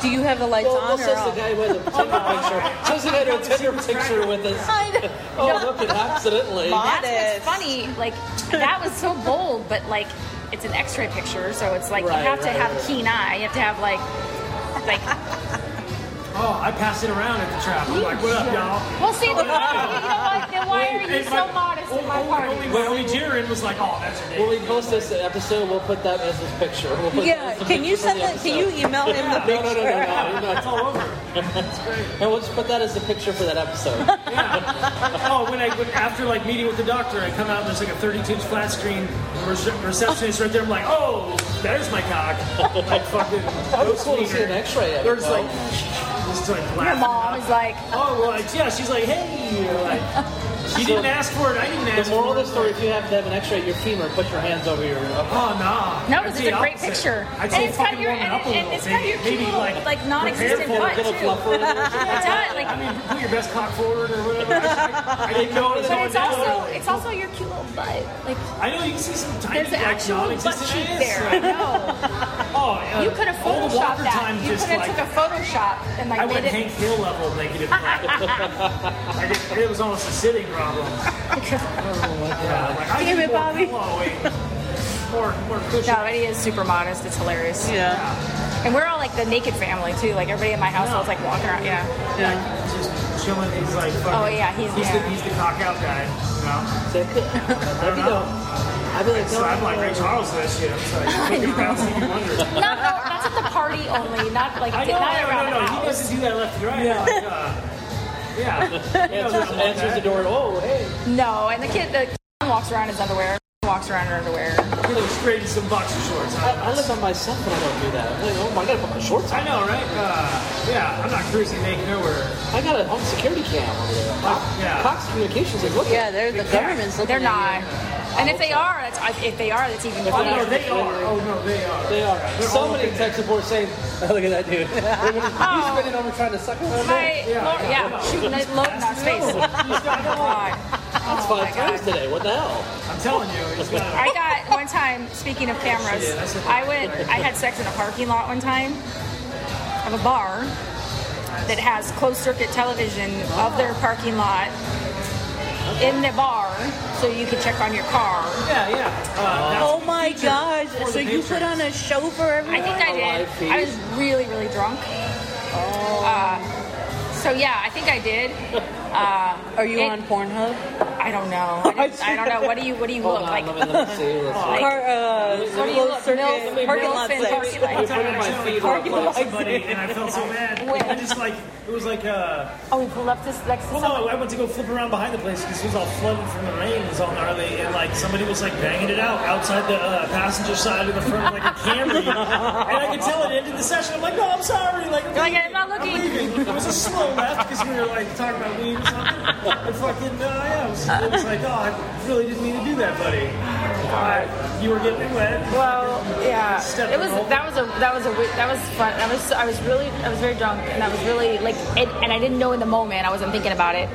do you have the lights Well, on or well, says the off? guy with a Tinder picture. Says the guy with a Tinder picture with us. I know. Oh, look, it accidentally. That's what's funny. Like that was so bold, but like it's an X-ray picture, so it's like you Right, have to right, have right. a keen eye. You have to have like like. Oh, I pass it around at the trap. I'm like, what up, y'all? Well, see, the, you know what? Then why are you Hey, so modest in my only- party? Only, only Jiren was like, oh, that's When ridiculous. we post this episode, we'll put that as his picture. We'll put that Yeah. as the Can you picture send from the that? Can you episode. email him the No, picture? no, no, no, no, It's no. all over. That's great. And we'll just put that as the picture for that episode. Yeah. Oh, when I when, after like meeting with the doctor, I come out and there's like a 32 inch flat screen re- receptionist right there. I'm like, oh, there's my cock. Like fucking. That was cool to see an X-ray of it. There's though. like. Just she's like Your laughing. mom is like, Oh, well, like, yeah, she's like, hey. You're like, she didn't ask for it. I didn't The ask moral of for the it. story: if you have to have an X-ray at your femur, put your hands over your. uh, Oh, nah. No, I'd because say it's a great opposite. picture. I'd say And it's got fucking your- warm it and- up a and little it's bit. got your Maybe, cute little, like, prepare non-existent for it. butt. Little Achoo. fluffer. it does. Like, I mean, put your best cock forward or whatever. I, I didn't know it was but going it's down. also it's also your cute little butt. Like, I know you can see some tiny there's an like, actual butt non-existent cheek ass. there. I know. Oh, uh, You could have all the photoshopped Walker that. time You could just have like took a Photoshop and like I made went it. Hank Hill level negative. like, it, it was almost a sitting problem. Yeah, like, I Damn need it, more Bobby. pillowing. More, more cushion. No, he is super modest. It's hilarious. Yeah. And we're all like the naked family too. Like everybody in my household's like walking around. Yeah. Yeah. Just chilling. He's like, fucking, Oh, yeah, he's- he's, yeah. the, he's the cock out guy. You know? That'd be dope. I'd be like, So I'm no. like Ray Charles for that shit. I'm just like, looking around, Stevie Wonder. No, no, that's at the party only. Not like I know, not I around the know, no, no. He house. doesn't do that left and right. Yeah. Like, uh, yeah. He knows I Answers, want answers the that. door. Oh, hey. No, and the kid the kid walks around in his underwear. Walks around in her underwear. He looks great in some boxer shorts. I, I live by myself and I don't do that. I'm like, oh my god, I put my shorts on. I know, right? Uh, yeah, I'm not cruising naked nowhere. I got a home security cam over there. Cox, Yeah. Cox Communications is looking. Yeah, they're the government's looking They're at not. And if they are, that's if they are, that's even Oh Oh, funnier. no, they are. Oh no, they are. They are. They're so all many up in tech support saying, oh, look at that dude. He's Oh. spinning over trying to suck him. My Yeah, Lord, yeah. yeah, shooting it loading our space. God. That's Oh my five times God. today. What the hell? I'm telling you, it's got. I got one time. Speaking of cameras, Yeah, that's a- I went. I had sex in a parking lot one time of a bar that has closed circuit television of their parking lot in the bar, so you could check on your car. Yeah, yeah. Uh, that's- Oh my gosh! For the So you put Patriots. on a show for I everyone? think I did. I was really, really drunk. Uh, so yeah, I think I did. Are you It- on Pornhub? I don't know. I, didn't- I don't know. What do you What do you Hold look on, like? let me, let me see. Let's see. Car, uh, What do you look? closed circuit Milf- parking milf lot and sex. parking lot. One time I accidentally Parking car lot. clocked somebody and I felt so mad. When? I just like it was like uh Oh, we pulled up this next to well somebody. no, I went to go flip around behind the place because it was all flooded from the rain, it was all gnarly, and like somebody was like banging it out outside the uh, passenger side of the front of like a Camry, and I could tell it ended the session. I'm like, no, I'm sorry, like I'm, You're like, leaving. "I'm not looking." leaving. It was a slow left because we were like talking about weed or something. And fucking uh, yeah, it was, it was like, oh, I really didn't mean to do that, buddy. Uh, you were getting wet. Well, yeah, Step it was over. that was a that was a wi- that was fun. I was I was really I was very drunk and I was really like and, and I didn't know in the moment I wasn't thinking about it.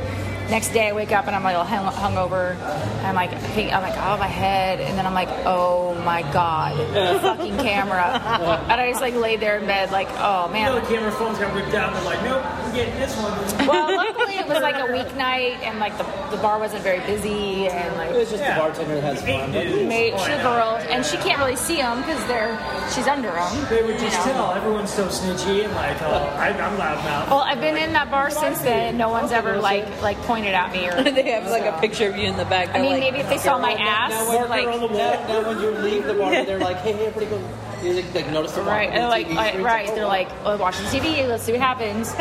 Next day I wake up and I'm like all hung- hungover. And I'm like I think I'm like oh my head and then I'm like oh my god the fucking camera and I just like laid there in bed like oh You man. know the camera phones got ripped out. We're like, nope, I'm getting this one. Well, luckily it was like a weeknight and like the, the bar wasn't very busy and like It was just the bartender that has fun. but- mate, she's a girl and she can't really see them because they're she's under them. They would just tell everyone's so snitchy and like, oh, I, I'm loud now. Well, I've been in that bar since then. No one's ever like like pointed at me or. They have like a picture of you in the back. I They're mean, like, maybe if they saw my ass, now, when, like on the wall. now, now when you leave the bar, they're like, hey, hey, everybody go. You like, like notice the right, and and like I- right, they're like oh, watching TV. Let's see what happens.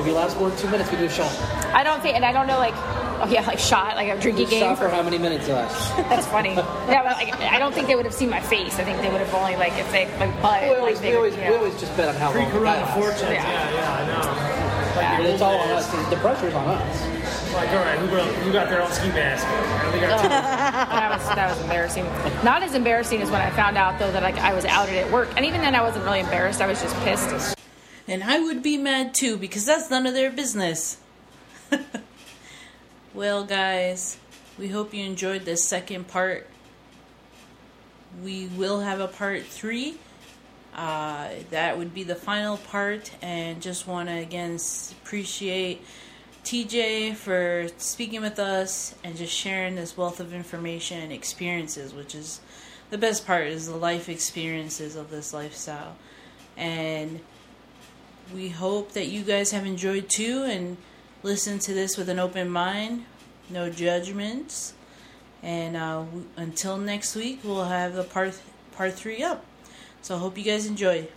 If you last more than two minutes, we do a shot. I don't think, and I don't know like oh yeah, like shot like a drinking game. Shot for how many minutes uh, it lasts. That's funny. Yeah, but like I don't think they would have seen my face. I think they would have only like if they like butt. We always, like, we they, always, yeah. we always just bet on how long it Pre-corona lasts. fortunes. Yeah, Yeah. yeah, I And it's all on us. The pressure's on us. know. Like, all right, who got, who got their own ski mask? And we got two. that was that was embarrassing. Not as embarrassing as when I found out though that like I was outed at work, and even then I wasn't really embarrassed. I was just pissed. And I would be mad too because that's none of their business. well, guys, we hope you enjoyed this second part. We will have a part three. Uh, that would be the final part, and just want to again s- appreciate TJ for speaking with us and just sharing this wealth of information and experiences, which is the best part is the life experiences of this lifestyle. And we hope that you guys have enjoyed too and listen to this with an open mind, no judgments. And uh, w- until next week, we'll have the part part three up. So I hope you guys enjoy.